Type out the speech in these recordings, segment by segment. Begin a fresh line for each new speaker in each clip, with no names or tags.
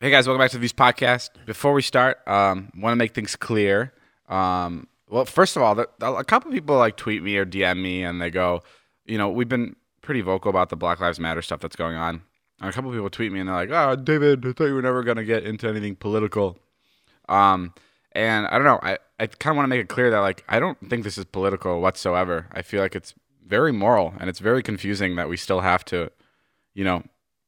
Hey guys, welcome back to the Views Podcast. Before we start, um, want to make things clear. Um, well, first of all, the, a couple people like tweet me or DM me, and they go, you know, we've been pretty vocal about the Black Lives Matter stuff that's going on. And a couple people tweet me and they're like, "Oh, David, I thought you were never going to get into anything political." Um, and I don't know. I, I kind of want to make it clear that like I don't think this is political whatsoever. I feel like it's very moral and it's very confusing that we still have to, you know,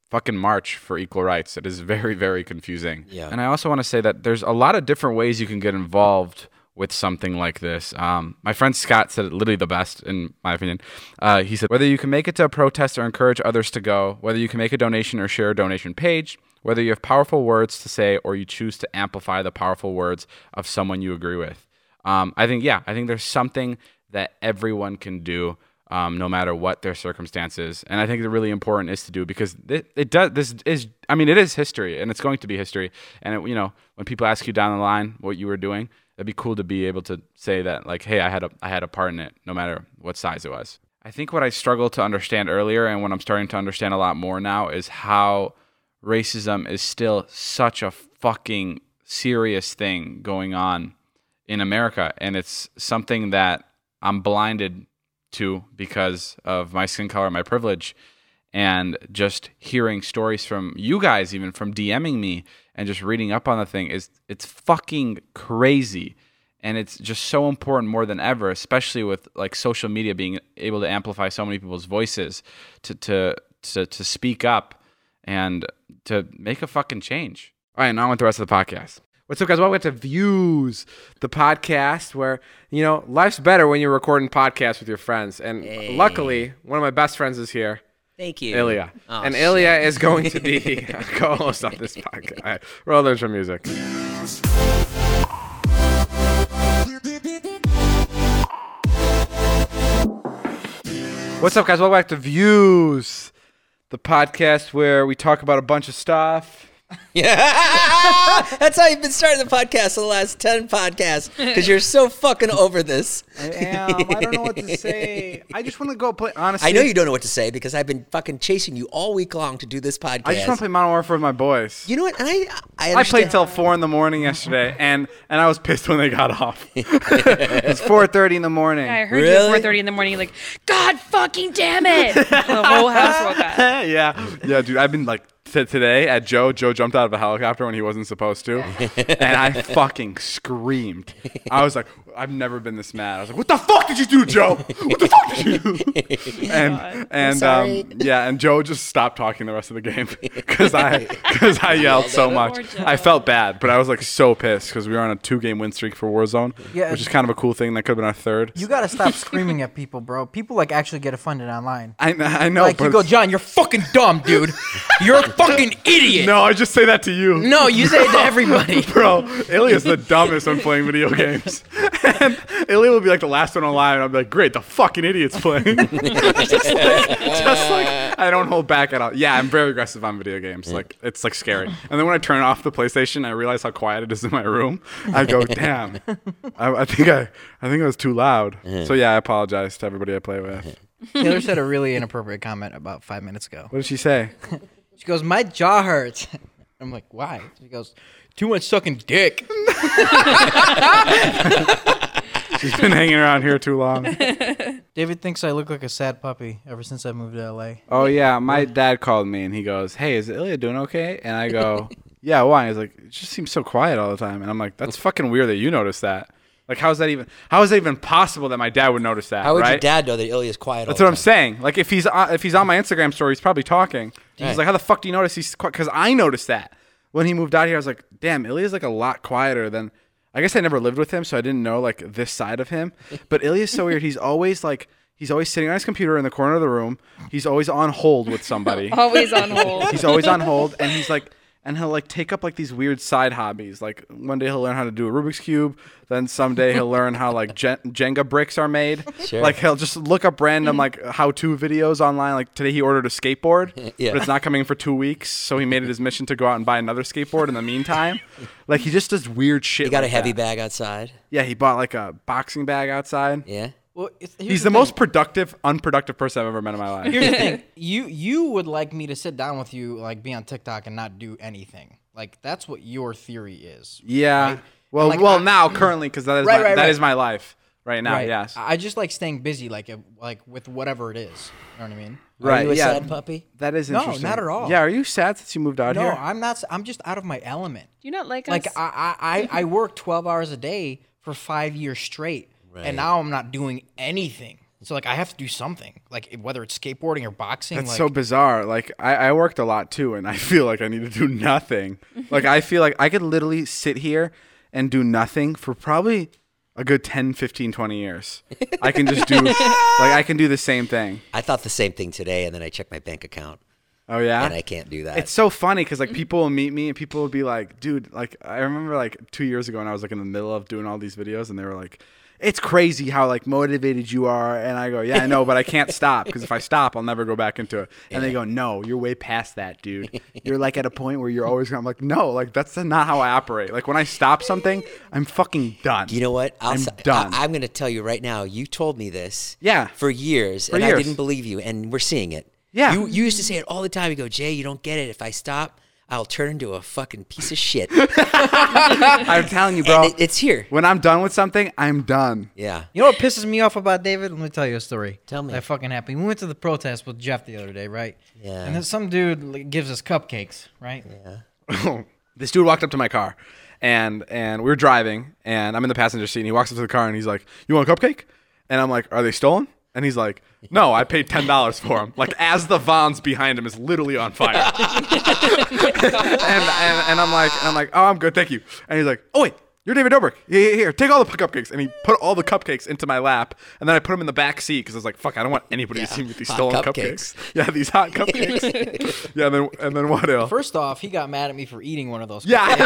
fucking march for equal rights. It is very very confusing.
Yeah.
And I also want to say that there's a lot of different ways you can get involved with something like this. Um, my friend Scott said it literally the best, in my opinion. Uh, he said, whether you can make it to a protest or encourage others to go, whether you can make a donation or share a donation page, whether you have powerful words to say or you choose to amplify the powerful words of someone you agree with. Um, I think, yeah, I think there's something that everyone can do. Um, no matter what their circumstances, and I think the really important is to do because it, it does. This is, I mean, it is history, and it's going to be history. And it, you know, when people ask you down the line what you were doing, it'd be cool to be able to say that like hey i had a i had a part in it no matter what size it was i think what i struggled to understand earlier and what i'm starting to understand a lot more now is how racism is still such a fucking serious thing going on in america and it's something that i'm blinded to because of my skin color my privilege and just hearing stories from you guys even from DMing me and just reading up on the thing is it's fucking crazy and it's just so important more than ever especially with like social media being able to amplify so many people's voices to to to, to speak up and to make a fucking change. All right, now on with the rest of the podcast.
What's up, guys? Welcome to Views, the podcast where, you know, life's better when you're recording podcasts with your friends. And luckily, one of my best friends is here,
Thank you.
Ilya.
Oh,
and
shit.
Ilya is going to be a co host on this podcast. All right, roll the intro music. What's up, guys? Welcome back to Views, the podcast where we talk about a bunch of stuff.
Yeah. That's how you've been starting the podcast for the last 10 podcasts because you're so fucking over this.
I am. I don't know what to say. I just want to go play. Honestly,
I know you don't know what to say because I've been fucking chasing you all week long to do this podcast.
I just want to play Modern Warfare with my boys.
You know what? And I, I,
I played
understand-
till four in the morning yesterday, and and I was pissed when they got off. it's four thirty in the morning.
I heard
Really?
you at 4:30 in the morning. Like, God fucking damn it! the whole house woke up.
yeah,
Yeah, dude, I've been like t- today at Joe. Joe jumped out of a helicopter when he wasn't supposed to, and I fucking screamed. I was like, I've never been this mad. I was like, What the fuck did you do, Joe? What the fuck did you do? And and
sorry.
um, yeah, and Joe just stopped talking the rest of the game because I because I yelled so much.
Poor Joe.
I felt bad, but I was like so pissed because we were on a two game win streak for Warzone, which is kind of a cool thing that could have been our third.
You gotta stop screaming at people, bro. People like actually get offended online.
I, kn- I know,
Like
but
you go, John, you're fucking dumb, dude. You're a fucking idiot.
no, I just say that to you.
No, you say it to everybody.
Bro, Ilya's the dumbest when playing video games. And Ilya will be like the last one online, and I'll be like, great, the fucking idiot's playing. just, like, just like, I don't hold back at all. Yeah, I'm very aggressive on video games. Like, it's like scary. And then when I turn off the PlayStation, I realize how quiet it is in my room. I go, damn, I, I think I, I think I was too loud. So yeah, I apologize to everybody I play with.
Taylor said a really inappropriate comment about five minutes ago.
What did she say?
She goes, My jaw hurts. I'm like, why? She goes, too much sucking dick.
She's been hanging around here too long.
David thinks I look like a sad puppy ever since I moved to LA.
Oh yeah, my dad called me and he goes, "Hey, is Ilya doing okay?" And I go, "Yeah, why?" He's like, "It just seems so quiet all the time." And I'm like, "That's fucking weird that you noticed that. Like, how's that even? How is that even possible that my dad would notice that?
How would
right?
your dad know that Ilya's quiet?
That's
all
what
the
I'm saying. Like, if he's on, if he's on my Instagram story, he's probably talking. He's
Right.
like, "How the fuck do you notice he's quiet?" Because I noticed that when he moved out here, I was like, "Damn, Ilya's like a lot quieter than." I guess I never lived with him, so I didn't know like this side of him. But Ilya's so weird. He's always like. He's always sitting on his computer in the corner of the room. He's always on hold with somebody.
Always on hold.
He's always on hold, and he's like, and he'll like take up like these weird side hobbies. Like one day he'll learn how to do a Rubik's cube, then someday he'll learn how like Jen- Jenga bricks are made.
Sure.
Like he'll just look up random like how-to videos online. Like today he ordered a skateboard,
Yeah.
but it's not coming for two weeks, so he made it his mission to go out and buy another skateboard in the meantime. like he just does weird shit.
You got a
like
heavy
that.
bag outside.
Yeah, he bought like a boxing bag outside.
Yeah.
Well, it's, here's
He's the
thing.
most productive, unproductive person I've ever met in my life.
Here's the thing. You you would like me to sit down with you, like be on TikTok and not do anything. Like that's what your theory is.
Yeah. Well,
Like,
well,
I-
now currently because that is
Right,
my,
right,
that
right.
is my life right now.
Right.
Yes.
I I just like staying busy, like if- like with whatever it is. You know what I mean?
Are
right.
you a
yeah.
sad puppy?
That is
No,
interesting.
not at all.
Yeah. Are you sad since you moved out
No,
here?
I'm not. s- I'm just out of my element.
Do you not like,
Like
us?
I I I, I work twelve hours a day for five years straight,
Right.
and now I'm not doing anything. So like I have to do something, like whether it's skateboarding or boxing.
That's
like,
so bizarre. Like I, I worked a lot too, and I feel like I need to do nothing. like I feel like I could literally sit here and do nothing for probably a good 10, 15, 20 years. I can just do like I can do the same thing.
I thought the same thing today, and then I checked my bank account,
Oh yeah.
and I can't do that.
It's so funny because like people will meet me and people will be like, dude, like I remember like two years ago when I was like in the middle of doing all these videos and they were like, it's crazy how like motivated you are. And I go, yeah, I know, but I can't stop because if I stop, I'll never go back into it. And they go, no, you're way past that, dude. You're like at a point where you're always, I'm like, no, like that's not how I operate. Like when I stop something, I'm fucking done.
You know what? I'll
I'm
s-
done.
I, am going to tell you right now. You told me this.
Yeah.
For years, and I
years.
didn't believe you, and we're seeing it.
Yeah.
You, you used to say it all the time. You go, Jay, you don't get it. If I stop, I'll turn into a fucking piece of shit. and
I'm telling you, bro.
it, it's here.
when I'm done with something, I'm done.
Yeah.
You know what pisses me off about David? Let me tell you a story.
Tell me.
That fucking happened. We went to the protest with Jeff the other day, right?
Yeah.
And then some dude like, gives us cupcakes, right? Yeah.
this dude walked up to my car and and we were driving and I'm in the passenger seat and he walks up to the car and he's like, "You want a cupcake?" And I'm like, "Are they stolen?" And he's like, "No, I paid ten dollars for them." Like as the Vons behind him is literally on fire, and, and and I'm like, and I'm like, "Oh, I'm good, thank you." And he's like, "Oh wait." You're David Dobrik. Here, here, here, take all the cupcakes. And he put all the cupcakes into my lap. And then I put them in the back seat because I was like, fuck, I don't want anybody to see me with these
hot
stolen
cupcakes.
cupcakes. Yeah, these hot cupcakes. yeah, and then, and then what else?
First off, he got mad at me for eating one of those.
Yeah. and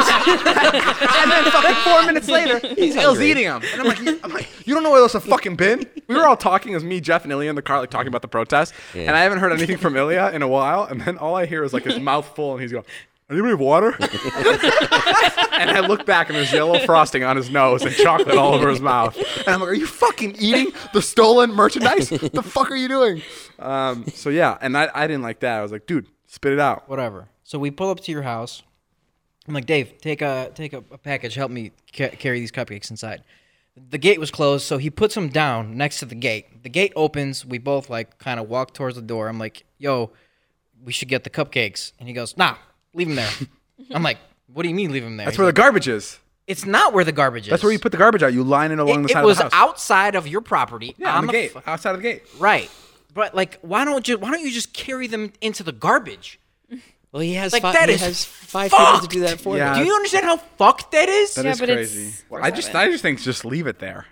then fucking four minutes later, he's Il's
hungry.
eating them. And I'm like, you- I'm like, you don't know where those have fucking been? We were all talking, it was me, Jeff, and Ilya in the car, like talking about the protest. And I haven't heard anything from Ilya in a while. And then all I hear is like his mouth full, and he's going, Anybody have water? and I look back and there's yellow frosting on his nose and chocolate all over his mouth. And I'm like, Are you fucking eating the stolen merchandise? The fuck are you doing? Um, so yeah, and I, I didn't like that. I was like, dude, spit it out.
Whatever. So we pull up to your house. I'm like, Dave, take a take a, a package. Help me ca- carry these cupcakes inside. The gate was closed, so he puts them down next to the gate. The gate opens. We both like kind of walk towards the door. I'm like, yo, we should get the cupcakes. And he goes, nah, leave them there. I'm like, what do you mean leave them there?
That's where the garbage is.
It's not where the garbage is.
That's where you put the garbage out. You line it along the
it,
side
it was
of the house.
outside of your property.
yeah, on the,
a
gate,
fu-
outside of the gate.
right. But like, why don't you? Why don't you just carry them into the garbage?
Well, he has
Like
five.
that
He
is
has five people
fucked.
to do that for.
Yeah.
Do you understand how fucked that is?
That
Yeah,
is
but it's
crazy.
worth
I just,
it.
I just think just leave it there.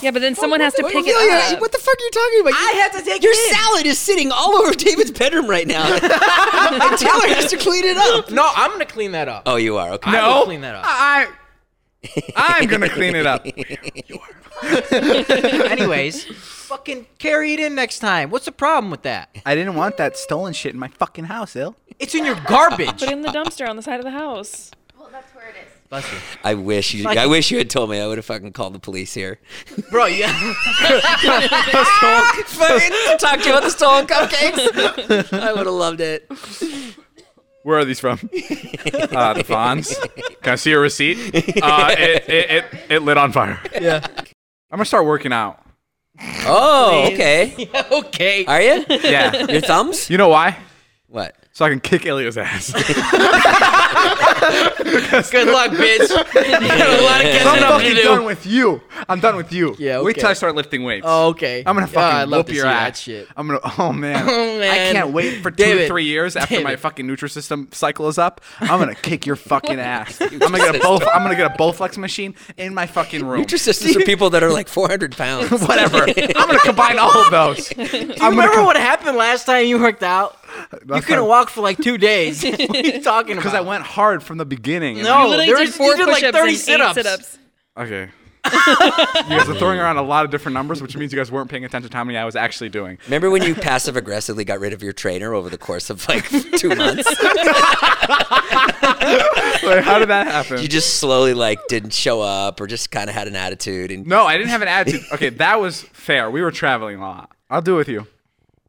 yeah, but then someone has to
What,
pick
Amelia,
it up.
what the fuck are you talking about? You-
I had to take
your
it in.
salad is sitting all over David's bedroom right now. and Taylor has to clean it up.
No, I'm gonna clean that up.
Oh, you are okay.
I will clean that up.
I, I'm gonna clean it up.
Anyways, fucking carry it in next time. What's the problem with that?
I didn't want that stolen shit in my fucking house, ill.
It's in your garbage.
Put it in the dumpster on the side of the house.
that's where it is.
Bless you.
I wish you. I wish you had told me. I would have fucking called the police here.
Bro, yeah.
fucking talk to you about the stolen cupcakes. I would have loved it.
Where are these from? uh, the Fonz. Can I see your receipt? Uh, it, it, it, it lit on fire. Yeah. I'm gonna start working out.
Oh, okay.
okay.
Are you?
Yeah.
Your thumbs?
You know why?
What?
So I can kick Ilya's ass.
Good luck, bitch. you got a lot of
I'm
catching up to
fucking done
do.
with you. I'm done with you.
Yeah,
Wait till
okay.
I start lifting weights.
Oh, okay.
I'm gonna
Yeah,
fucking
I'd love
whoop
to
your
see
ass.
That shit.
I'm gonna. Oh man.
man.
I can't wait for two
David.
to three years after my
David.
fucking Nutrisystem cycle is up. I'm gonna kick your fucking ass. I'm gonna get a both. I'm gonna get a Bowflex machine in my fucking room.
Your sisters are people that are like 400 pounds.
Whatever. I'm gonna combine all of those. I'm gonna
Remember
com-
what happened last time you worked out? you couldn't
time-
walk for like two days. what are you talking about?
because I went hard from the beginning.
No,
you
Oh, there
literally did
was-
four
you did
push-ups
like 30
and
sit-ups.
eight sit-ups.
Okay. you guys are throwing around a lot of different numbers, which means you guys weren't paying attention to how many I was actually doing.
Remember when you passive aggressively got rid of your trainer over the course of like two months?
Like, how did that happen?
You just slowly like didn't show up or just kind of had an attitude and
no, I didn't have an attitude. Okay, that was fair. We were traveling a lot. I'll do it with you.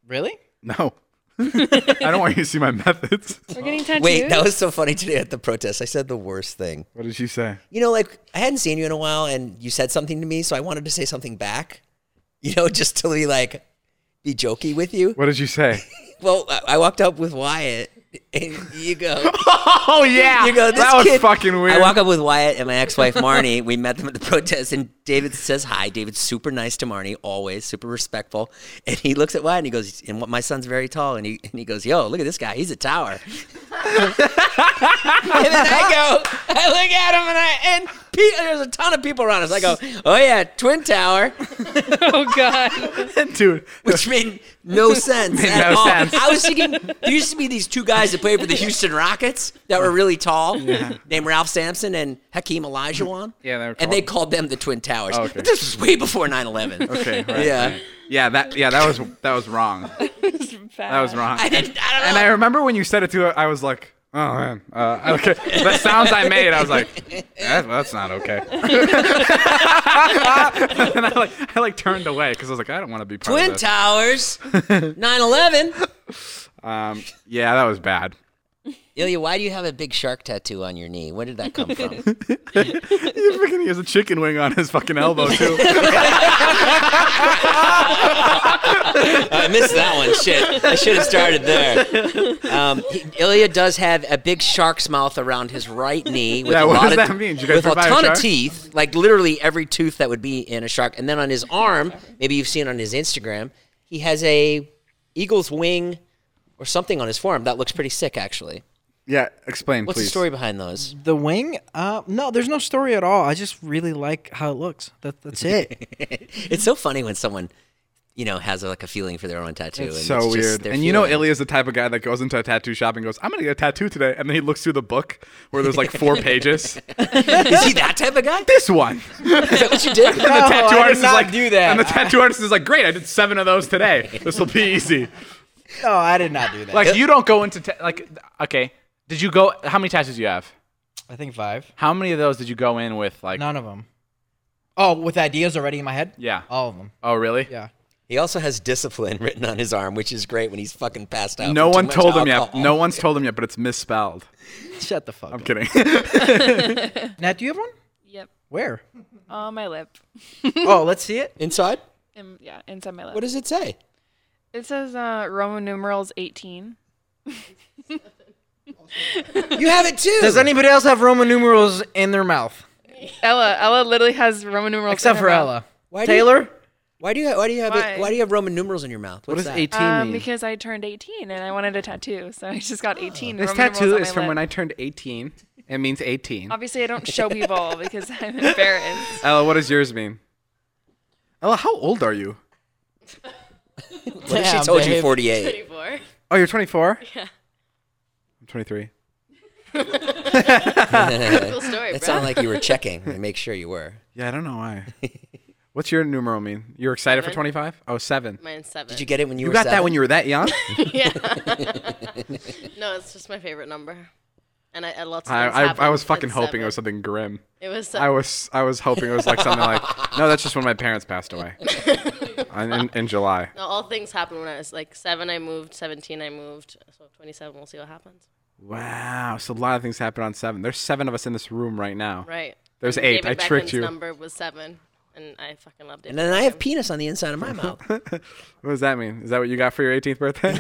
really?
No. I don't want you to see my methods.
We're getting tattooed.
Wait, that was so funny today at the protest. I said the worst thing.
What did she say?
You know, like I hadn't seen you in a while, and you said something to me, so I wanted to say something back. You know, just to be like, be jokey with you.
What did you say?
Well, I- I walked up with Wyatt, and you go.
oh yeah,
You go, this
that was
kid-
fucking weird.
I walk up with Wyatt and my ex-wife Marnie. we met them at the protest, and David says hi. David's super nice to Marnie, always super respectful. And he looks at Wyatt and he goes, "And what? My son's very tall." And he and he goes, "Yo, look at this guy. He's a tower." and then I go, I look at him, and I and pe- there's a ton of people around us. I go, "Oh yeah, twin tower,"
oh god.
dude.
which made no sense at
no
all.
sense.
I was thinking there used to be these two guys that played for the Houston Rockets that were really tall, named Ralph Sampson and Hakeem Olajuwon.
Yeah, they were
and they
called-
called them the Twin Towers.
Oh, okay.
But this was way before 9/11.
Okay, right,
Yeah.
right. yeah, that yeah, that was that was wrong. That was wrong.
I didn't. I don't know.
And I remember when you said it to her, I was like, oh man, uh, okay. The sounds I made, I was like, "That- that's not okay. and I like, I like turned away because I was like, I don't want to be part
Twin
of this.
Towers, 9/11.
um, yeah, that was bad.
Ilya, why do you have a big shark tattoo on your knee? Where did that come from?
He fucking he has a chicken wing on his fucking elbow too.
I missed that one. Shit, I should have started there. Um, he- Ilya does have a big shark's mouth around his right knee. With
Yeah,
a
what
lot
does
of,
that mean? Did you guys
with a
provide a
ton
shark?
of teeth, like literally every tooth that would be in a shark. And then on his arm, maybe you've seen on his Instagram, he has a eagle's wing or something on his forearm that looks pretty sick, actually.
yeah, explain
What's
please.
the story behind those?
The wing? Uh, no, there's no story at all. I just really like how it looks. That, that's it.
It's so funny when someone. You know, has like a feeling for their own tattoo. and
So
it's just
weird.
their
And you know,
feeling.
Ilya's the type of guy that goes into a tattoo shop and goes, I'm going to get a tattoo today. And then he looks through the book where there's like four pages.
is he that type of guy?
This one.
Is that what you Oh, did?
And the tattoo
I did
artist is
not
like,
do that.
And the tattoo artist is like, great, I did seven of those today. This will be easy.
no, I did not do that.
Like, you don't go into, ta- like, okay, did you go, how many tattoos do you have?
I think five.
How many of those did you go in with, like,
None of them. Oh, with ideas already in my head?
yeah.
All of them.
Oh, really?
Yeah.
He also has discipline written on his arm, which is great when he's fucking passed out.
No
from too
one
much
told him yet.
alcohol.
No one's told him yet, but it's misspelled.
Shut the fuck
I'm
up.
kidding.
Um, Nat, do you have one?
Yep.
Where?
On my lip.
oh, let's see it.
Inside?
In, yeah, inside my lip.
What does it say?
it says uh, Roman numerals 18.
You have it too.
Does anybody else have Roman numerals in their mouth?
Ella, Ella literally has Roman numerals.
Except
in
for
her mouth.
Ella.
Why do you-
Taylor?
Why do you why do you have
Why?
it, why do you have Roman numerals in your mouth? What's that?
Um, because I turned 18 and I wanted a tattoo, so I just got 18.
This
Roman
tattoo
numerals on
is
my
from
lip.
when I turned 18. It means 18.
Obviously, I don't show people because I'm embarrassed.
Ella, what does yours mean?
Ella, how old are you?
What if
Yeah,
she told you
babe.
48?
Anymore.
Oh, you're 24?
I'm 23.
Cool story,
It
bro.
sounded like you were checking to make sure you were.
Yeah, I don't know why. What's your numeral mean? You're excited for 25? Oh, seven.
Mine's seven.
Did you get it when you,
You
were
got
seven?
that when you were that young?
no, it's just my favorite number. And I, I lots of
I,
things
I,
happened
I was
with
fucking hoping
seven.
it was something grim.
It was.
I was I was hoping it was like something like no, that's just when my parents passed away in, in, in July.
no, all things happened when I was like seven. I moved. Seventeen. I moved. So twenty-seven. We'll see what happens.
Wow, so a lot of things happened on seven. There's seven of us in this room right now.
Right.
There's
And
eight.
David
I tricked
Beckman's
you.
Number was seven, and I fucking loved it.
and then I have penis on the inside of my mouth.
What does that mean? Is that what you got for your 18th birthday?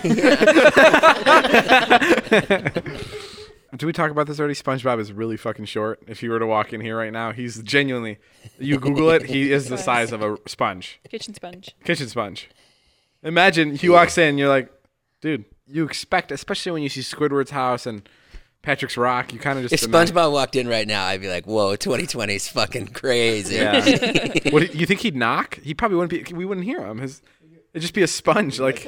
Did we talk about this already? SpongeBob is really fucking short. If you were to walk in here right now, he's genuinely. You Google it. He is the size of a sponge.
Kitchen sponge.
kitchen sponge. Imagine he walks in, you're like, dude, you expect, especially when you see Squidward's house and Patrick's Rock, you kind of just.
If
imagine-
SpongeBob walked in right now, I'd be like, "Whoa, 2020 is fucking crazy."
Yeah. what, do you think he'd knock? He probably wouldn't be. We wouldn't hear him. His, it'd just be a sponge, like.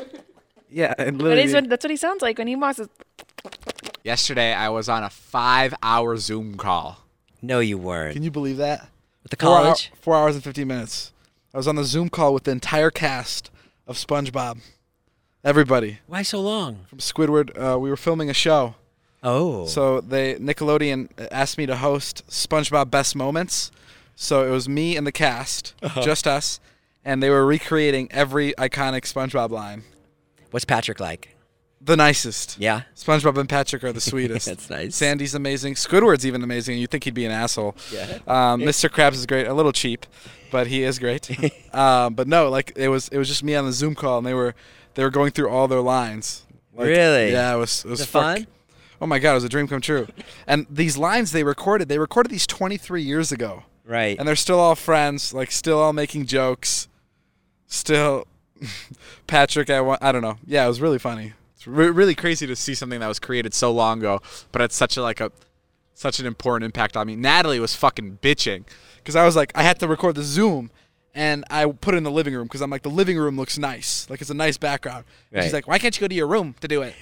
Yeah, and
But he's,
literally.
that's what he sounds like when he walks. It's-
Yesterday, I was on a five hour Zoom call.
No, you weren't.
Can you believe that?
With the
Four, hou-
college?
four hours and 15 minutes. I was on the Zoom call with the entire cast of SpongeBob. Everybody
Why so long?
from Squidward. Uh, we were filming a show,
Oh.
so they Nickelodeon asked me to host SpongeBob Best Moments. So it was me and the cast, just us, and they were recreating every iconic SpongeBob line.
What's Patrick like?
the nicest.
Yeah.
SpongeBob and Patrick are the sweetest.
That's nice.
Sandy's amazing. Squidward's even amazing. You'd think he'd be an asshole. Yeah. Um, Mr. Krabs is great. A little cheap, but he is great. um, but no, like it was it was just me on the Zoom call, and they were they were going through all their lines. Like,
Really?
Yeah. It was it was
it
fuck-
fun?
Oh my god, it was a dream come true. and these lines they recorded, they recorded these 23 years ago,
Right.
and they're still all friends, like still all making jokes, still. Patrick, I want. I don't know. Yeah, it was really funny.
It's re- really crazy to see something that was created so long ago, but it's such a like a such an important impact on me. Natalie was fucking bitching.
because I was like, I had to record the Zoom, and I put it in the living room because I'm like, the living room looks nice, like it's a nice background. And
Right.
She's like, why can't you go to your room to do it?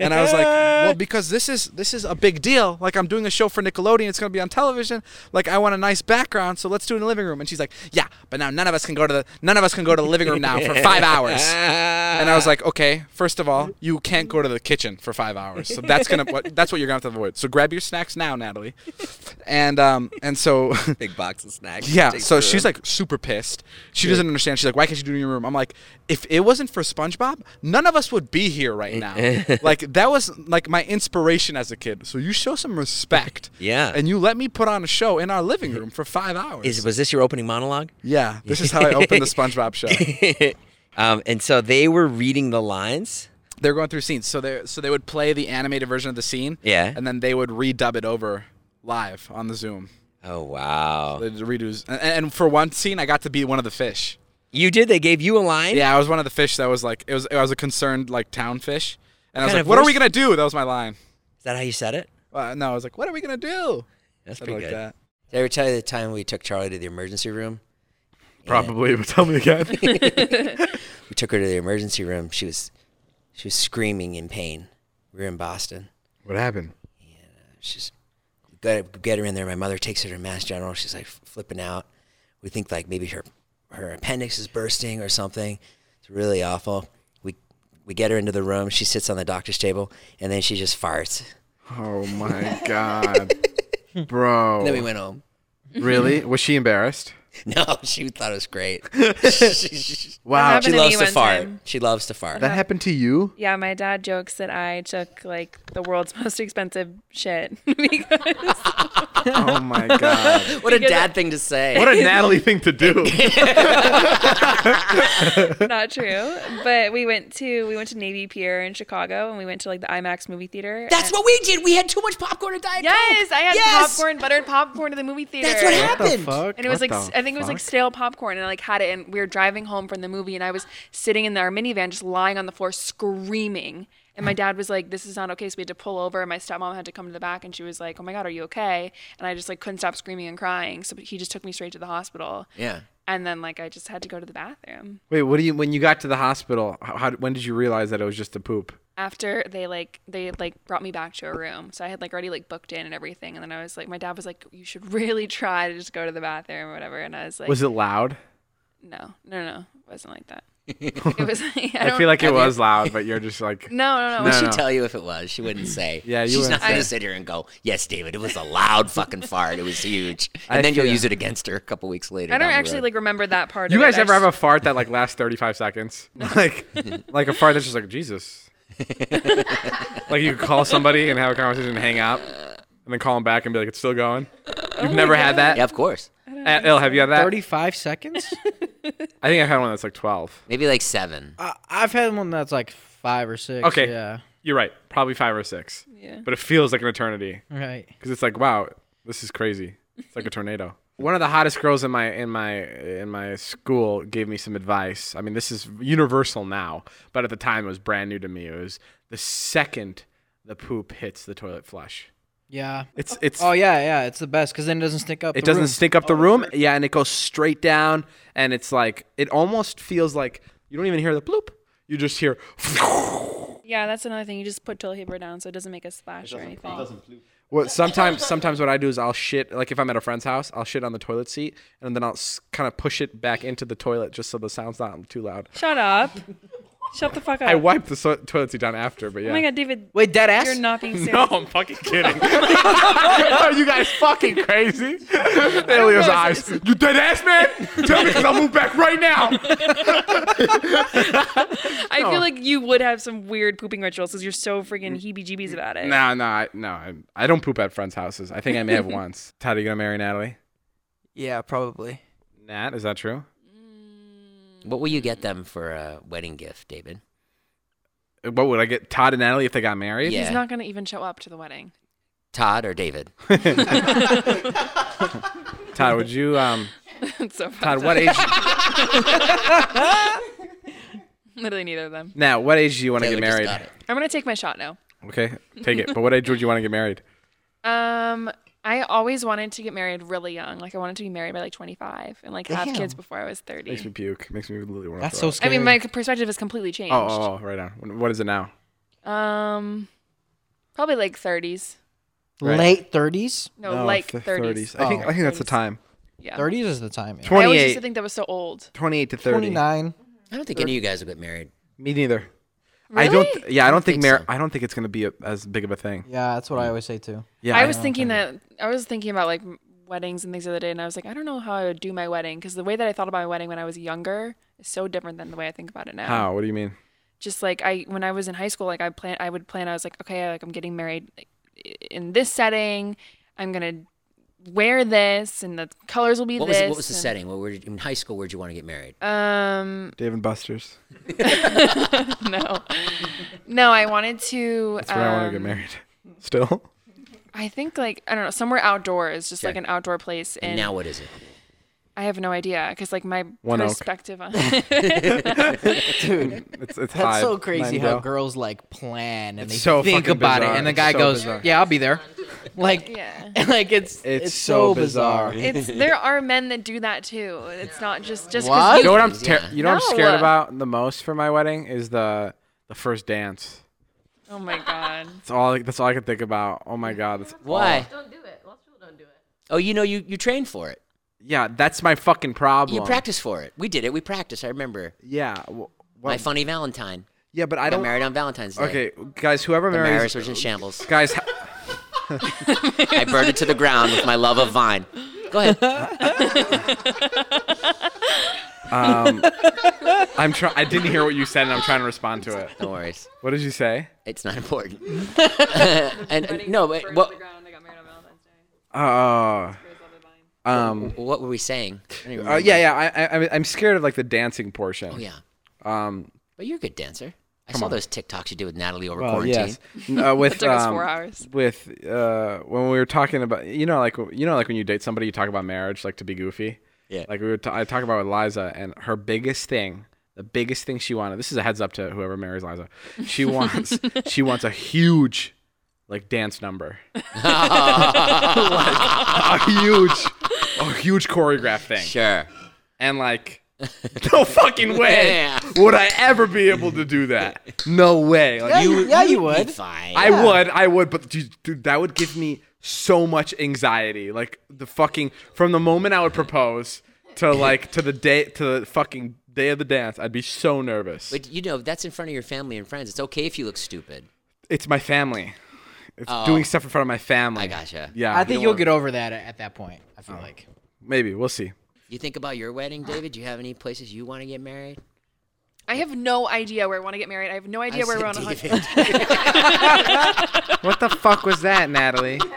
and I was like, well, because this is this is a big deal. Like I'm doing a show for Nickelodeon, it's gonna be on television. Like I want a nice background, so let's do it in the living room. And she's like, yeah, but now none of us can go to the none of us can go to the living room now for five hours. And I was like, okay, first of all, you can't go to the kitchen for five hours, so that's gonna what, that's what you're gonna have to avoid. So grab your snacks now, Natalie. And um and so
Big box of snacks.
yeah,
Take
so
the
she's
room.
like super pissed. She doesn't understand. She's like, "Why can't you do it in your room?" I'm like, "If it wasn't for SpongeBob, none of us would be here right now." like that was like my inspiration as a kid. So you show some respect.
Yeah.
And you let me put on a show in our living room for 5 hours.
Is, was this your opening monologue?
yeah, this is how I opened the SpongeBob show.
Um, and so they were reading the lines.
They're going through scenes. So they so they would play the animated version of the scene
Yeah.
and then they would redub it over live on the Zoom.
Oh wow!
They'd redo and, and for one scene I got to be one of the fish.
You did. They gave you a line.
Yeah, I was one of the fish that was like it was I was a concerned like town fish, and I was
Kind
like,
of
"What are
voice-
we gonna do?" That was my line.
Is that how you said it?
Uh, no, I was like, "What are we gonna do?"
That's
Something
pretty
like
good.
that.
Did I ever tell you the time we took Charlie to the emergency room?
Probably, but tell me again.
We took her to the emergency room. She was she was screaming in pain. We were in Boston.
what happened?
She's got get her in there. My mother takes her to Mass General. She's like flipping out. We think like maybe her her appendix is bursting or something. It's really awful. We we get her into the room. She sits on the doctor's table and then she just farts.
Oh my god, bro!
And
Oh.
then we went home.
Really? Was she embarrassed?
No, she thought it was great.
Wow.
she
happened to me
loves to
one
fart.
time.
She loves to fart.
That happened to you?
Yeah, my dad jokes that I took like the world's most expensive shit because
Oh my god.
what a
because-
dad thing to say.
What a Natalie thing to do.
not true. But we went to we went to Navy Pier in Chicago and we went to like the IMAX movie theater.
That's
and-
what we did. We had too much popcorn and diet Coke.
Yes, I had
Yes!
popcorn, buttered popcorn to the movie theater.
That's what
the
happened.
fuck?
And it was
What
like s-
the
I think it was like
fuck?
stale popcorn, and I like had it, and we were driving home from the movie, and I was sitting in our minivan, just lying on the floor screaming. And my dad was like, "This is not okay," so we had to pull over. And my stepmom had to come to the back, and she was like, "Oh my god, are you okay?" And I just like couldn't stop screaming and crying, so he just took me straight to the hospital.
Yeah.
And then like I just had to go to the bathroom
Wait, what do you? When you got to the hospital, how, how, when did you realize that it was just a poop?
after they like they like brought me back to a room. So I had like already like booked in and everything, and then I was like, my dad was like, "You should really try to just go to the bathroom or whatever." And I was like,
Was it loud?
No, no, no, it wasn't like that. it was. Like, I,
I,
don't-
feel like it was loud, but you're just like.
No, no, no.
Would she
no.
tell you if it was? She wouldn't say.
Yeah, you
She's
wouldn't
not
say.
going to sit here and go, yes, David, it was a loud fucking fart. It was huge. And then you'll use it against her a couple weeks later.
I don't
down the
actually
road.
like remember that part.
You
of it.
guys
I
ever have
just-
a fart that like lasts 35 seconds? Like, like a fart that's just like Jesus. like you could call somebody and have a conversation and hang up, and then call them back and be like, "It's still going." You've never had that.
Yeah, of course.
Uh, Il, have you had that?
35 seconds?
I think I've had one that's like 12.
Maybe like seven.
I, I've had one that's like five or six.
Okay.
Yeah.
You're right. Probably five or six.
Yeah.
But it feels like an eternity
Right.
because it's like, wow, this is crazy. It's like a tornado. One of the hottest girls in my in my in my school gave me some advice. I mean, this is universal now, but at the time it was brand new to me. It was the second the poop hits the toilet flush.
Yeah.
It's it's
Oh yeah, yeah. It's the best because then it doesn't stick up.
it
the
doesn't
room. Oh,
stink up the room. Yeah, and it goes straight down and it's like it almost feels like you don't even hear the bloop. You just hear
Yeah, that's another thing. You just put toilet paper down so it doesn't make a splash or anything.
Well, sometimes sometimes what I do is I'll shit like if I'm at a friend's house, I'll shit on the toilet seat and then I'll s- kind of push it back into the toilet just so the sound's not too loud.
Shut up. Shut the fuck up.
I wiped the so- toilet seat down after, but yeah.
Oh my god, David.
Wait, dead ass?
You're not being serious.
No, I'm fucking kidding. Are you guys fucking crazy? Elia's
know,
eyes. You dead ass man? Tell me, cause I'll move back right now.
I feel like you would have some weird pooping rituals because you're so freaking heebie-jeebies about it.
No, no, I, no. I, I don't poop at friends' houses. I think I may have once. Todd, are you gonna marry Natalie?
Yeah, probably.
Nat, is that true?
What will you get them for a wedding gift, David?
What would I get Todd and Natalie if they got married?
He's not gonna even show up to the wedding.
Todd or David?
Todd, would you? Um,
it's so funny.
Todd, what age?
Literally neither of them.
Nat, what age do you want to get
Taylor just
married?
got it.
I'm gonna take my shot now.
Okay, take it. But what age would you want to get married?
Um, I always wanted to get married really young. Like I wanted to be married by like 25 and like have kids before I was 30.
Makes me puke. Makes me literally want to.
That's so
I
scary.
mean, my perspective has completely changed.
Oh, oh, oh, right on. What- What is it now?
Um, probably like 30s.
Right.
late 30s?
No, Oh, like
th-
30s.
I think I think that's the
30s.
time.
Yeah.
30s is the time. Yeah.
I always
28,
used to think that was so old.
28 to 30.
29.
I don't think any of you guys will get married.
Me neither.
Really?
I don't. Yeah, I don't think,
think
mar-
so.
I don't think it's gonna be a, as big of a thing.
Yeah, that's what I always say too.
Yeah,
I was thinking that I was thinking about like m- weddings and things the other day, and I was like, I don't know how I would do my wedding because the way that I thought about my wedding when I was younger is so different than the way I think about it now.
How? What do you mean?
Just like I when I was in high school, like I plan, I would plan. I was like, okay, like I'm getting married like, i- in this setting. I'm gonna wear this, and the colors will be
What was,
this.
what was the
and-
setting? What were you, in high school? Where'd you want to get married?
Um,
Dave and Buster's.
no, no. I wanted to.
That's where I want to get
um,
married. Still.
I think like I don't know somewhere outdoors, just like
Okay.
an outdoor place.
And
And
now what is it?
I have no idea because like my
One oak.
perspective on
Dude,
It's it's
that's
high.
so crazy
Nine
how
go.
girls like plan and
It's
they
so
think
fucking
about
bizarre.
it, and the
It's
guy
so
goes,
bizarre.
"Yeah, I'll be there." Like,
yeah.
like it's
It's
it's,
so
so
bizarre.
bizarre.
It's there are men that do that too. It's not just just 'cause
What?
you-
You know what I'm ter-
Yeah.
you know what I'm scared
No.
about the most for my wedding is the the first dance.
oh my god.
That's all. That's all I can think about. Oh my god. That's
Why?
Don't do it. Lots of people don't do it.
Oh, you know, you, you train for it.
Yeah, that's my fucking problem.
You practice for it. We did it. We practiced. I remember.
Yeah. wh-
My
What?
funny Valentine.
yeah, but I
I got
don't.
married on Valentine's Day.
Okay, guys. Whoever
The marriage
marries.
was in shambles.
Guys, h-
I burned it to the ground with my love of vine. Go ahead.
um, I'm trying. I didn't hear what you said, and I'm trying to respond to it.
No worries.
What did you say?
It's not important. and and- no, but what,
Oh. um.
what were we saying? I don't even
Uh,
remember.
yeah, yeah. I, I, I'm scared of like the dancing portion.
Oh, yeah.
Um.
But you're a good dancer. I saw those TikToks you did with Natalie over
Well,
quarantine.
yes. N- Uh, with
took us
um,
four hours.
With uh, when we were talking about, you know, like you know, like when you date somebody, you talk about marriage, like to be goofy.
Yeah.
Like we were, ta- I talk about with Liza, and her biggest thing, the biggest thing she wanted. This is a heads up to whoever marries Liza. She wants, she wants a huge, like dance number, a huge, a huge choreograph thing,
sure.
and like. No fucking way
Yeah.
would I ever be able to do that. No way. Like,
you, yeah, you
You'd
would.
be fine.
I would, I would, but dude, dude, that would give me so much anxiety. Like the fucking from the moment I would propose to like to the day to the fucking day of the dance, I'd be so nervous.
But you know, that's in front of your family and friends. It's okay if you look stupid.
It's my family. It's
Oh.
doing stuff in front of my family.
I gotcha.
Yeah,
I think you'll get over that at, at that point. I
Oh.
feel like
maybe we'll see.
You think about your wedding, David? Do you have any places you want to get married?
I have no idea where I want to get married. I have no idea
I
where
said
we're on a
David.
honeymoon.
What the fuck was that, Natalie?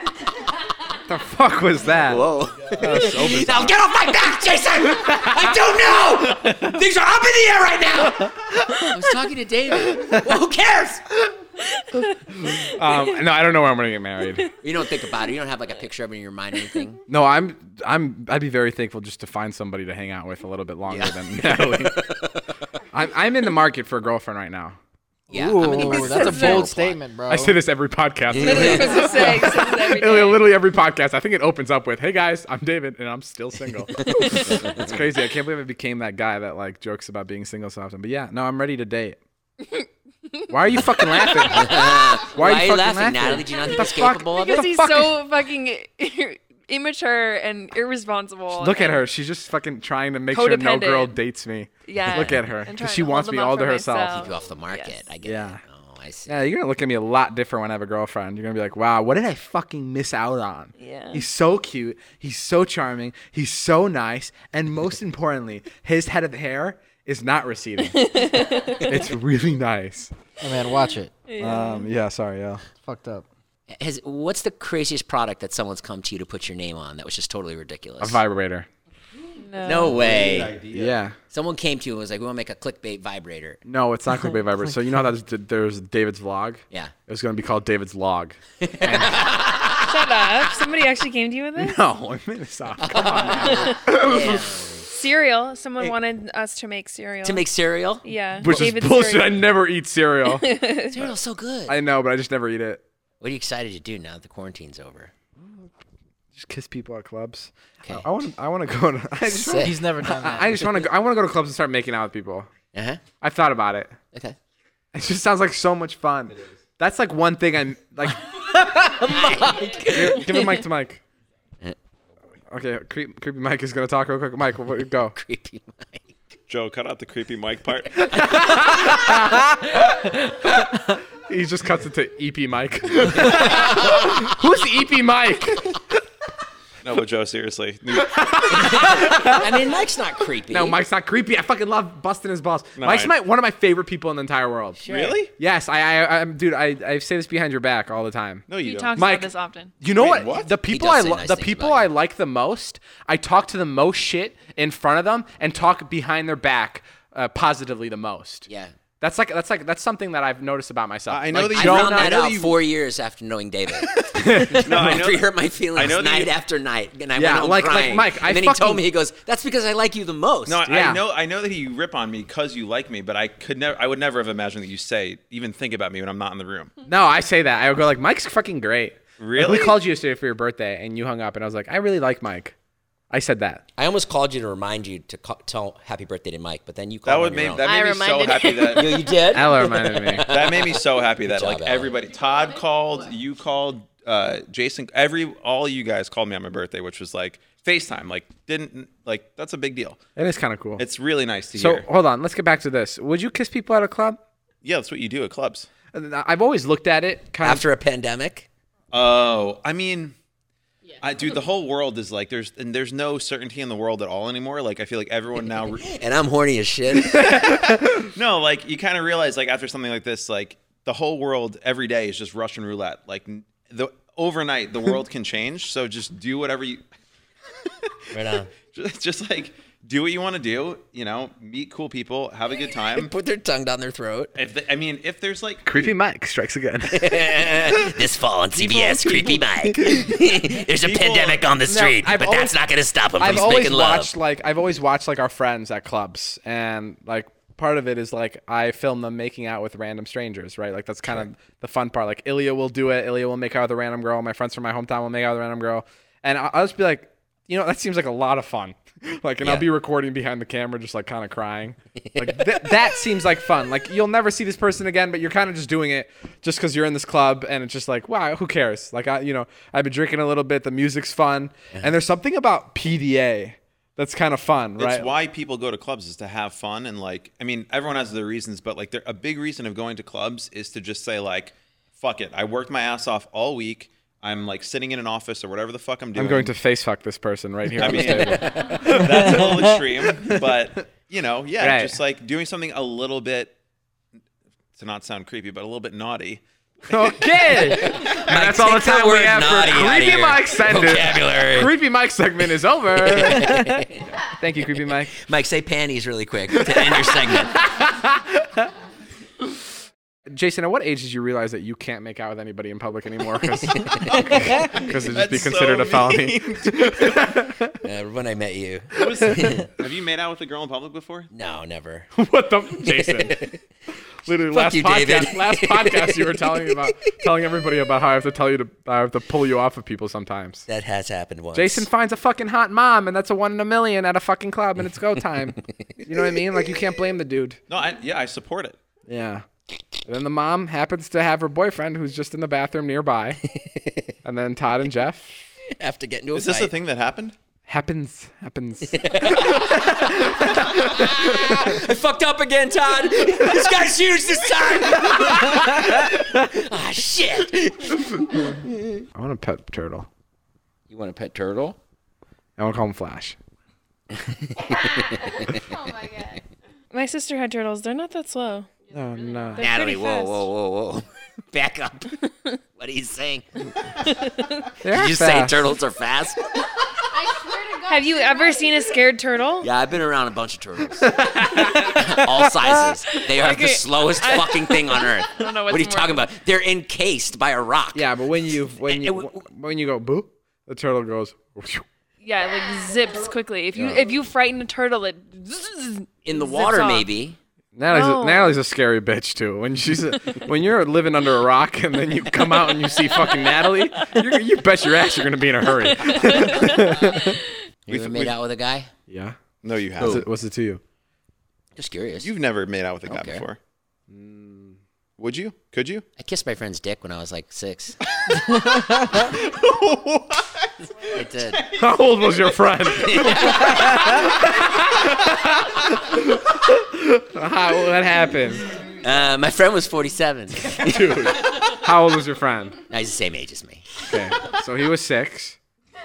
What the fuck was that? Whoa.
Now get off my back, Jason! I don't know! Things are up in the air right now! I was talking to David. Well, who cares?
Um, no, I don't know where I'm gonna get married.
You don't think about it. You don't have like a picture of it in your mind or anything.
No, I'm I'm I'd be very thankful just to find somebody to hang out with a little bit longer than Natalie. I'm I'm in the market for a girlfriend right now.
Yeah,
Ooh,
I'm in the market
that's
for
a
a general
bold
plot.
statement,
Oh.
bro.
I say this every podcast. literally,
That's what I'm saying. This is every day.
literally every podcast. I think it opens up with, "Hey guys, I'm David and I'm still single." it's crazy. I can't believe I became that guy that like jokes about being single so often. But yeah, no, I'm ready to date. Why are you fucking laughing? Why,
Why are
fucking
you laughing, Natalie? Do you not think it's
fuck?
capable of it?
Because
the
he's
fuck
so fucking immature and irresponsible.
Look at
and-
her. She's just fucking trying to make sure no
Codependent.
girl dates me.
Yeah.
Look at her.
and
'Cause
trying
she
to
wants
hold
me
them up
all to
for
herself.
myself.
You off the market.
Yes.
I get
Yeah.
it. Oh, I see.
Yeah, you're gonna look at me a lot different when I have a girlfriend. You're gonna be like, wow, what did I fucking miss out on?
Yeah.
He's so cute. He's so charming. He's so nice. And most importantly, his head of hair is not receding. it's really nice.
Oh, man, watch it.
Um, yeah, sorry, yeah.
Fucked up.
Has, what's the craziest product that someone's come to you to put your name on that was just totally
A
ridiculous?
vibrator.
no way.
Yeah.
Someone came to you and was like, "We want to make a clickbait vibrator."
No, it's not clickbait vibrator. So you know how that's there's David's vlog.
Yeah.
It was gonna be called David's log.
Shut up. Somebody actually came to you with this?
No, Oh, I'm in Minnesota. Come on.
Cereal. Someone wanted us to make cereal.
Eh, To make cereal.
Yeah.
Which
David's
is bullshit.
cereal.
I never eat cereal.
Cereal's so good.
I know, but I just never eat it.
what are you excited to do now that the quarantine's over?
Just kiss people at clubs.
Okay.
I want. I want to go to. I just,
Sick.
He's never done that.
I just want to. I want to go to clubs and start making out with people.
Uh-huh.
I've thought about it.
Okay.
It just sounds like so much fun. That's like one thing I'm like. Here, give a mic to Mike. Eh. Okay, creep, creepy Mike is gonna talk real quick. Mike, what- go.
Creepy Mike.
Joe, cut out the creepy Mike part.
He just cuts it to EP Mike. Who's EP Mike?
No, but Joe, seriously. New-
I mean, Mike's not creepy.
No, Mike's not creepy. I fucking love busting his balls.
No,
Mike's
I-
my, one of my favorite people in the entire world.
Really?
Yes, I, I, I'm, dude. I, I say this behind your back all the time.
No, you
He
don't.
talks
Mike.
about this often.
You know what?
what?
The people
does
I
say
lo-
nice
the
things
people
about
I
you.
like the most, I talk to the most shit in front of them and talk behind their back uh, positively the most.
Yeah.
That's like that's like that's something that I've noticed about myself.
I know
Like,
that
I
Joe,
found
no,
that
I know
out
you-
four years after knowing David.
No, I know.
After he hurt my feelings
I know that
night
you-
after night, and I
Yeah,
went home
like- like
crying.
Mike,
and
I
then he
fucking-
told me, he goes, "That's because I like you the most."
No, I,
Yeah.
I know. I know that you rip on me because you like me, but I could never. I would never have imagined that you say even think about me when I'm not in the room.
No, I say that. I would go like, Mike's fucking great. Like,
Really?
we called you yesterday for your birthday, and you hung up, and I was like, I really like Mike. I said that.
I almost called you to remind you to ca- tell happy birthday to Mike, but then you called
That would
on your
make
own.
that
I
made me so
reminded
happy that
you, you did.
Ella reminded me.
that made me so happy that like
job, Alan.
everybody. Todd called. You called. Uh, Jason. Every all you guys called me on my birthday, which was like FaceTime. Like didn't like that's a big deal.
It is kind of cool.
It's really nice to
so
hear.
hold on, let's get back to this. Would you kiss people at a club?
Yeah, that's what you do at clubs.
I've always looked at it kind of
After a pandemic,
Oh, I mean, I, dude, the whole world is like there's and there's no certainty in the world at all anymore. Like I feel like everyone now. Re-
and I'm horny as shit.
No, like you kind of realize, like after something like this, like the whole world every day is just Russian roulette. Like n- the overnight, the world can change. So just do whatever you,
right on.
just, just like do what you want to do. You know, meet cool people, have a good time.
Put their tongue down their throat.
If the, I mean, if there's like
creepy Mike strikes again.
This fall on CBS, creepy Mike. There's a pandemic on the street,
I've
but
always-
that's not going to stop him
I've
from
always
making love.
watched like I've always watched like our friends at clubs, and like part of it is like I film them making out with random strangers, right? Like that's kind of the fun part. Like Ilya will do it. Ilya will make out with a random girl. My friends from my hometown will make out with a random girl, and I- I'll just be like, you know, that seems like a lot of fun. Like, and I'll
Yeah.
be recording behind the camera, just like kind of crying. Like th- that seems like fun. Like you'll never see this person again, but you're kind of just doing it just because you're in this club, and it's just like, wow, who cares? Like I, you know, I've been drinking a little bit. The music's fun, and there's something about PDA that's kind of fun,
It's
right?
why people go to clubs is to have fun and like I mean everyone has their reasons, but like there- a big reason of going to clubs is to just say like, fuck it, I worked my ass off all week. I'm like sitting in an office or whatever the fuck I'm doing.
I'm going to face fuck this person right here.
I
on this
mean-
table.
That's a little extreme, but you know, yeah,
Right.
just like doing something a little bit to not sound creepy, but a little bit naughty.
okay, and that's all the
take that
time we
word
have
naughty
for
outta
creepy
your
Mike sentence.
Vocabulary.
Creepy Mike segment is over. Thank you, creepy Mike.
Mike, say panties really quick to end your segment.
Jason, at what age did you realize that you can't make out with anybody in public anymore? Because it'd just be
That's so
considered a felony.
Uh, when I met you.
have you made out with a girl in public before?
No, never.
what the Jason? Literally, last
you,
podcast,
David.
last podcast, you were telling me about telling everybody about how I have to tell you to I have to pull you off of people sometimes.
That has happened once.
Jason finds a fucking hot mom, and that's a one in a million at a fucking club, and it's go time. you know what I mean? Like you can't blame the dude.
No, I, yeah, I support it.
Yeah. And then the mom happens to have her boyfriend who's just in the bathroom nearby. and then Todd and Jeff
after getting to a
Is this
fight.
a thing that happened?
Happens. Happens.
I fucked up again, Todd. this guy's huge this time. ah, shit.
I want a pet turtle.
You want a pet turtle?
I want to call him Flash.
My sister had turtles. They're not that slow.
Oh no.
They're
Natalie,
pretty
whoa,
fast.
whoa, whoa, whoa. Back up. what are you saying?
They're
Did you say
fast.
turtles are fast?
Have you ever seen a scared turtle?
Yeah, I've been around a bunch of turtles. All sizes. They are the
Okay.
slowest fucking thing on earth. I don't
know
what are
what's
you talking about? They're encased by a rock.
Yeah, but when you when you when you go boo, the turtle goes.
Yeah, it, like zips quickly. If you if you frighten a turtle, it
In the
zips
water,
off.
maybe.
Natalie's
No.
a, Natalie's a scary bitch too. When she's a, when you're living under a rock and then you come out and you see fucking Natalie, you're, you bet your ass you're gonna be in a hurry.
You ever made out with a guy?
Yeah.
No, you
What's
haven't.
it, what's it to you?
Just curious.
You've never made out with a guy
Okay.
before. Would you? Could you?
I kissed my friend's dick when I was like six. It did.
How old was your friend? How, what happened?
Uh, my friend was 47. Now
How old was your friend?
he's the same age as me.
Okay, so he was six.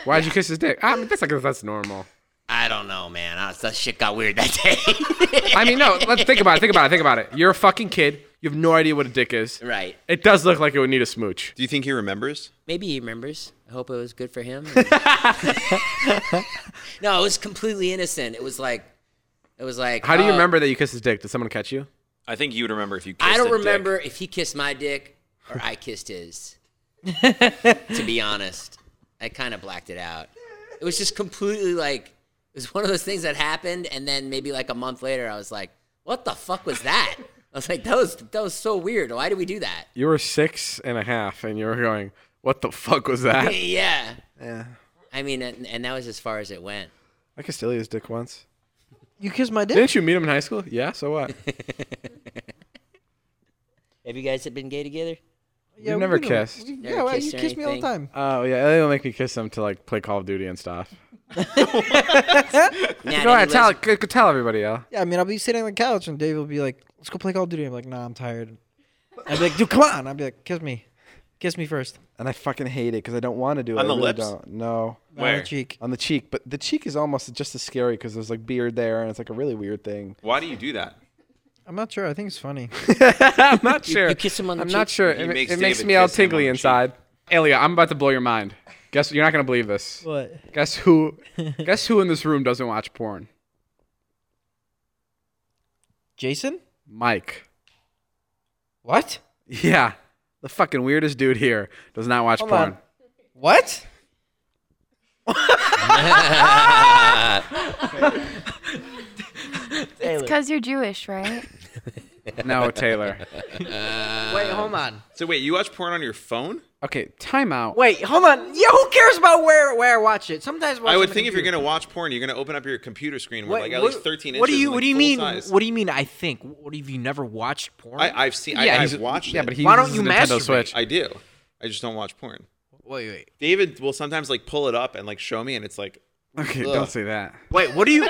Why'd you kiss his dick? I mean, that's like that's normal.
I don't know, man. I was, that shit got weird that day.
I mean, no. Let's think about it. Think about it. Think about it. You're a fucking kid. You have no idea what a dick is.
right.
It does look like it would need a smooch.
Do you think he remembers?
Maybe he remembers. I hope it was good for him. no, it was completely innocent. It was like, it was like.
How do you
uh,
remember that you kissed his dick? Did someone catch you?
I think you would remember if you kissed
I don't
a dick.
remember if he kissed my dick or I kissed his. to be honest, I kind of blacked it out. It was just completely like it was one of those things that happened, and then maybe like a month later, I was like, "What the fuck was that?" I was like, "That was that was so weird. Why did we do that?"
You were six and a half, and you were going, "What the fuck was that?"
yeah. Yeah. I mean, and, and that was as far as it went.
I kissed Ilya's dick once.
You kissed my dick.
Didn't you meet him in high school? Yeah. So what?
Have you guys been gay together?
Yeah,
You've never
we don't-
kissed.
we-
Never
Yeah, well,
kissed
you
or
kiss me all the time.
anything.
Oh yeah, Ilya will make me kiss him to like play Call of Duty and stuff.
Nat,
Go
any
ahead, tell
les-
c- c- tell everybody, yeah.
Yeah, I mean, I'll be sitting on the couch and Dave will be like, "Let's go play Call of Duty." I'm like, "Nah, I'm tired." I'd be like, "Dude, come on!" I'd be like, "Kiss me, kiss me first
And I fucking hate it because I don't want to do it.
On
I
the
really
lips?
Don't. No.
on the
Where?
cheek."
On the cheek, but the cheek is almost just as scary because there's like beard there, and it's like a really weird thing.
Why do you do that?
I'm not sure. I think it's funny.
I'm not sure.
you kiss him on the
I'm not
cheek?
sure.
He
It, ma-
makes
it makes
David
me all
kiss him on
tingly
the cheek.
inside. Ilya, I'm about to blow your mind. Guess you're not gonna believe this.
What?
Guess who? guess who in this room doesn't watch porn?
Jason?
Mike.
What?
Yeah, the fucking weirdest dude here does not watch
Hold
porn.
on. What?
Because you're Jewish, right?
No, Taylor.
Wait, hold on.
So wait, you watch porn on your phone?
Okay, time out.
Wait, hold on. Yeah, who cares about where where I watch it? Sometimes I watch
I
it
would
on the
think if you're
computer.
gonna watch porn, you're gonna open up your computer screen with
Wait,
like at least 13 inches.
What do you
and, like,
What do you
full
mean?
size.
What do you mean? I think. What have you never watched porn?
I, I've seen.
Yeah,
I,
he's-
I've watched.
Yeah,
it.
but he
Why don't
uses
you
a Nintendo
masturbate?
Switch.
I do. I just don't watch porn.
wait, wait,
David will sometimes like pull it up and like show me, and it's like
Okay,
Ugh.
don't say that.
wait. What do you?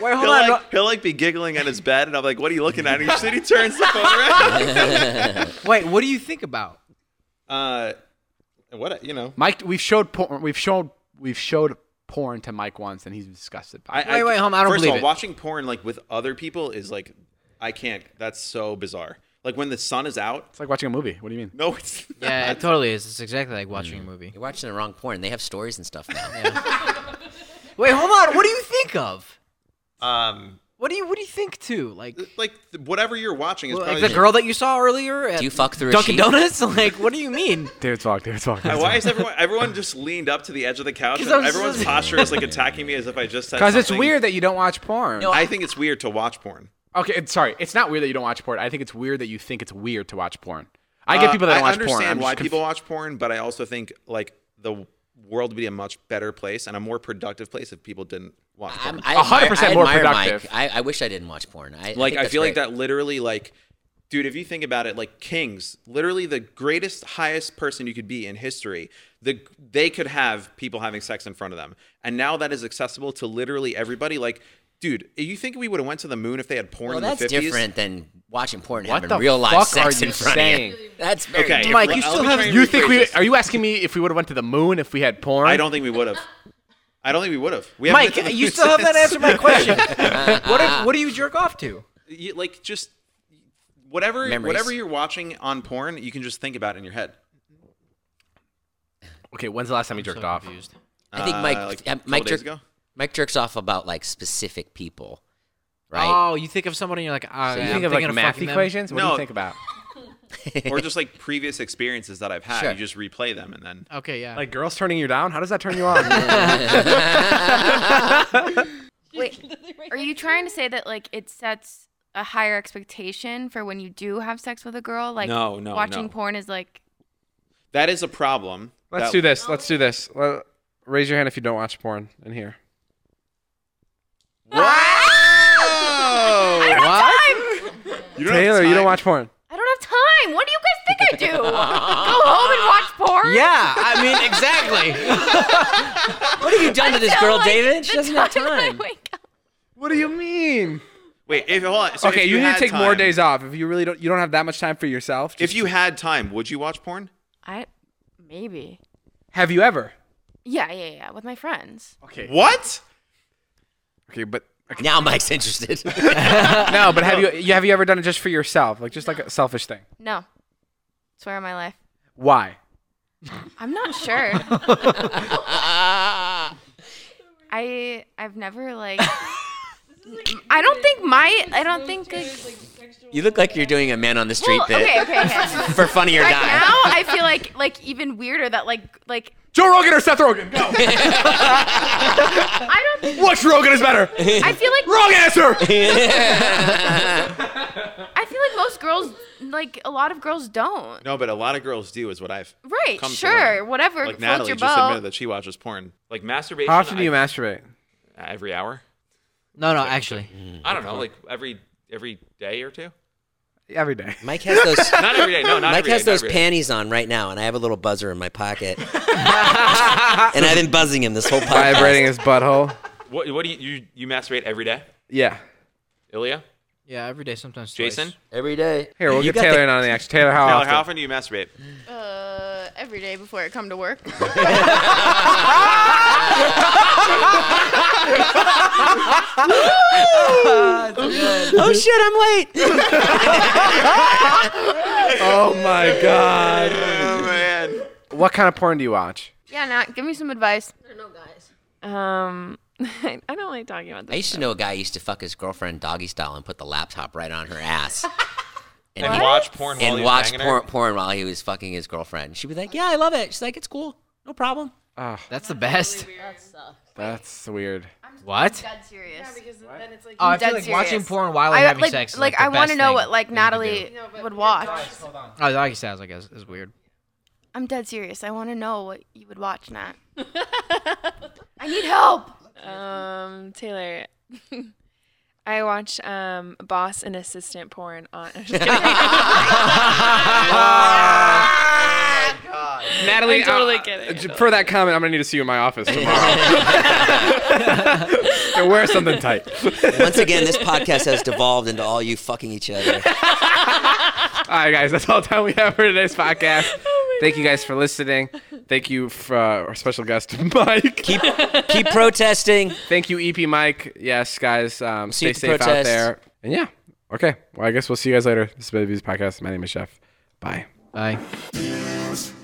wait, hold
he'll
on.
like he'll like be giggling on his bed, and I'm like, "What are you looking at?" And he, just- he turns the phone around.
Wait, what do you think about?
uh, what you know?
Mike, we've showed porn. We've showed we've showed porn to Mike once, and he's disgusted by it.
I,
Wait, wait, hold on, I don't
first
believe
of all,
it.
watching porn like with other people is like, I can't. That's so bizarre. Like when the sun is out.
It's like watching a movie. What do you mean?
No, it's
Yeah, it totally is. It's exactly like watching a movie.
You're watching the wrong porn. They have stories and stuff now.
Wait, hold on. What do you think of?
um
What do you What do you think too? Like,
like th- whatever you're watching is
like
probably
the girl that you saw earlier at
Do you fuck through a
Dunkin'
sheet?
Donuts? Like, what do you mean?
David talk. David talk.
Uh, Why is everyone everyone just leaned up to the edge of the couch?
'Cause
And
I'm just-
everyone's posture is like attacking me as if I just said.
Because it's
something.
weird that you don't watch porn.
No,
I think it's weird to watch porn.
Okay, it's, sorry. It's not weird that you don't watch porn. I think it's weird that you think it's weird to watch porn. I get
Uh,
people that don't
I
watch porn.
understand
I'm just
why
conf-
people watch porn, but I also think like the world would be a much better place and a more productive place if people didn't watch porn.
I'm, I
100%
admire- I
more
admire
productive.
Mike. I, I wish I didn't watch porn. I,
like
think
I
that's
feel like
great.
that literally like dude, if you think about it, like kings, literally the greatest, highest person you could be in history, the they could have people having sex in front of them, and now that is accessible to literally everybody. Like, dude, you think we would have went to the moon if they had porn
Well,
in the
that's
fifties?
different than watching porn and
What
having
the
real life
fuck
sex
are
in
you
front
saying?
of you. That's very
Okay,
different.
Mike, you still have-
You think we?
rephrase this.
Are you asking me if we would have went to the moon if we had porn?
I don't think we would have. I don't think we would have. We haven't
Mike,
been to the
you
moon
still haven't
since.
answered my question. what, if, what do you jerk off to?
You- like just whatever
Memories.
whatever you're watching on porn, you can just think about it in your head.
Okay, when's the last time you jerked off?
I think
Uh,
Mike,
like
yeah,
a couple
Mike,
days
jerk-
ago?
Mike jerks off about like specific people, right?
Oh, you think of somebody and you're like, ah,
So you
yeah, I'm
think of like
thinking
math
fucking them.
equations? What do
No.
you think about?
or just like previous experiences that I've had.
Sure.
You just replay them and then
Okay, yeah.
Like girls turning you down? How does that turn you on?
Wait, are you trying to say that like it sets a higher expectation for when you do have sex with a girl? Like
No, no,
watching
no.
porn is like
that is a problem.
Let's
That-
do this. Let's do this. Let- raise your hand if you don't watch porn in here.
You don't have
Taylor, you don't
time.
watch porn.
I don't have time. What do you guys think I do? Go home and watch porn?
yeah, I mean, exactly.
what have you done to this
Until,
girl,
like,
David?
the
She doesn't have
that I
time.
wake up.
What do you mean?
Wait, if hold on. So
okay,
if
you, need
had
to take more
time-
days off. If you really don't, you don't have that much time for yourself.
If
just-
you had time, would you watch porn?
I maybe.
have you ever?
Yeah, yeah, yeah. With my friends.
Okay.
What?
Okay, but
Now Mike's interested.
no, but have you, you have you ever done it just for yourself, like just like a selfish thing?
No. Swear on my life.
Why?
I'm not sure. I I've never like I don't think my I don't think like,
you look like you're doing a man on the street
well,
bit
okay, okay, okay.
for funny or
Right
die.
now I feel like like even weirder that like like
Joe Rogan or Seth Rogan? Go.
I don't think
Which Rogan is better?
I feel like
Wrong answer.
I feel like most girls like a lot of girls don't.
No, but a lot of girls do, is what I've
Right,
come to
sure,
learn.
whatever
Like
floats
Natalie
your
just
boat.
admitted that she watches porn. Like masturbation.
How often do you
I-
masturbate?
Every hour.
No, no, actually.
mm-hmm.
I don't know, like every every day or two.
Every day.
Mike has those.
Not every day. No, not
Mike
every
has
day, not
those
every day.
panties on right now, and I have a little buzzer in my pocket, and I've been buzzing him this whole podcast.
Vibrating his butthole.
What, what do you, you you masturbate every day,
Yeah.
Ilya?
Yeah, every day, sometimes. twice.
Jason?
every day.
Here, we'll
You
get
got the-
Taylor in on the action. Taylor, how
Taylor,
often?
how often do you masturbate?
Uh, every day before I come to work.
Oh shit, I'm late.
Oh my god.
Oh man.
What kind of porn do you watch?
Yeah, Nat, give me some advice.
no guys.
Um, I don't like talking about
I
this.
used to know a guy who used to fuck his girlfriend doggy style and put the laptop right on her ass. And,
And
he-
watch porn while
and
you're
watch
banging her?
porn, porn while he was fucking his girlfriend. She'd be like, "Yeah, I love it." She's like, "It's cool, no problem."
That's the best.
That's weird.
What?
Dead serious.
Oh, I feel
dead
like watching
serious.
porn while
I
I'm having
like,
sex. Is
like,
the
I want to
best
know
thing
what like
that you
Natalie would watch.
can do. Oh, doggy styles, I guess, is weird.
I'm dead serious. I want to know what you would watch, Nat. I need help.
Um, Taylor, I watch um boss and assistant porn on. I'm just kidding.
Natalie,
I'm totally
uh,
kidding.
j- for that comment, I'm gonna need to see you in my office tomorrow. and wear something tight.
Once again, this podcast has devolved into all you fucking each other.
All right, guys, that's all the time we have for today's podcast.
Oh
Thank you guys for listening. Thank you for uh, our special guest, Mike.
Keep keep protesting.
Thank you, EP Mike. Yes, guys, um,
See you
stay
at the
safe out
protest.
there. And yeah, okay. Well, I guess we'll see you guys later. This is Baby's Podcast. My name is Chef. Bye.
Bye.
News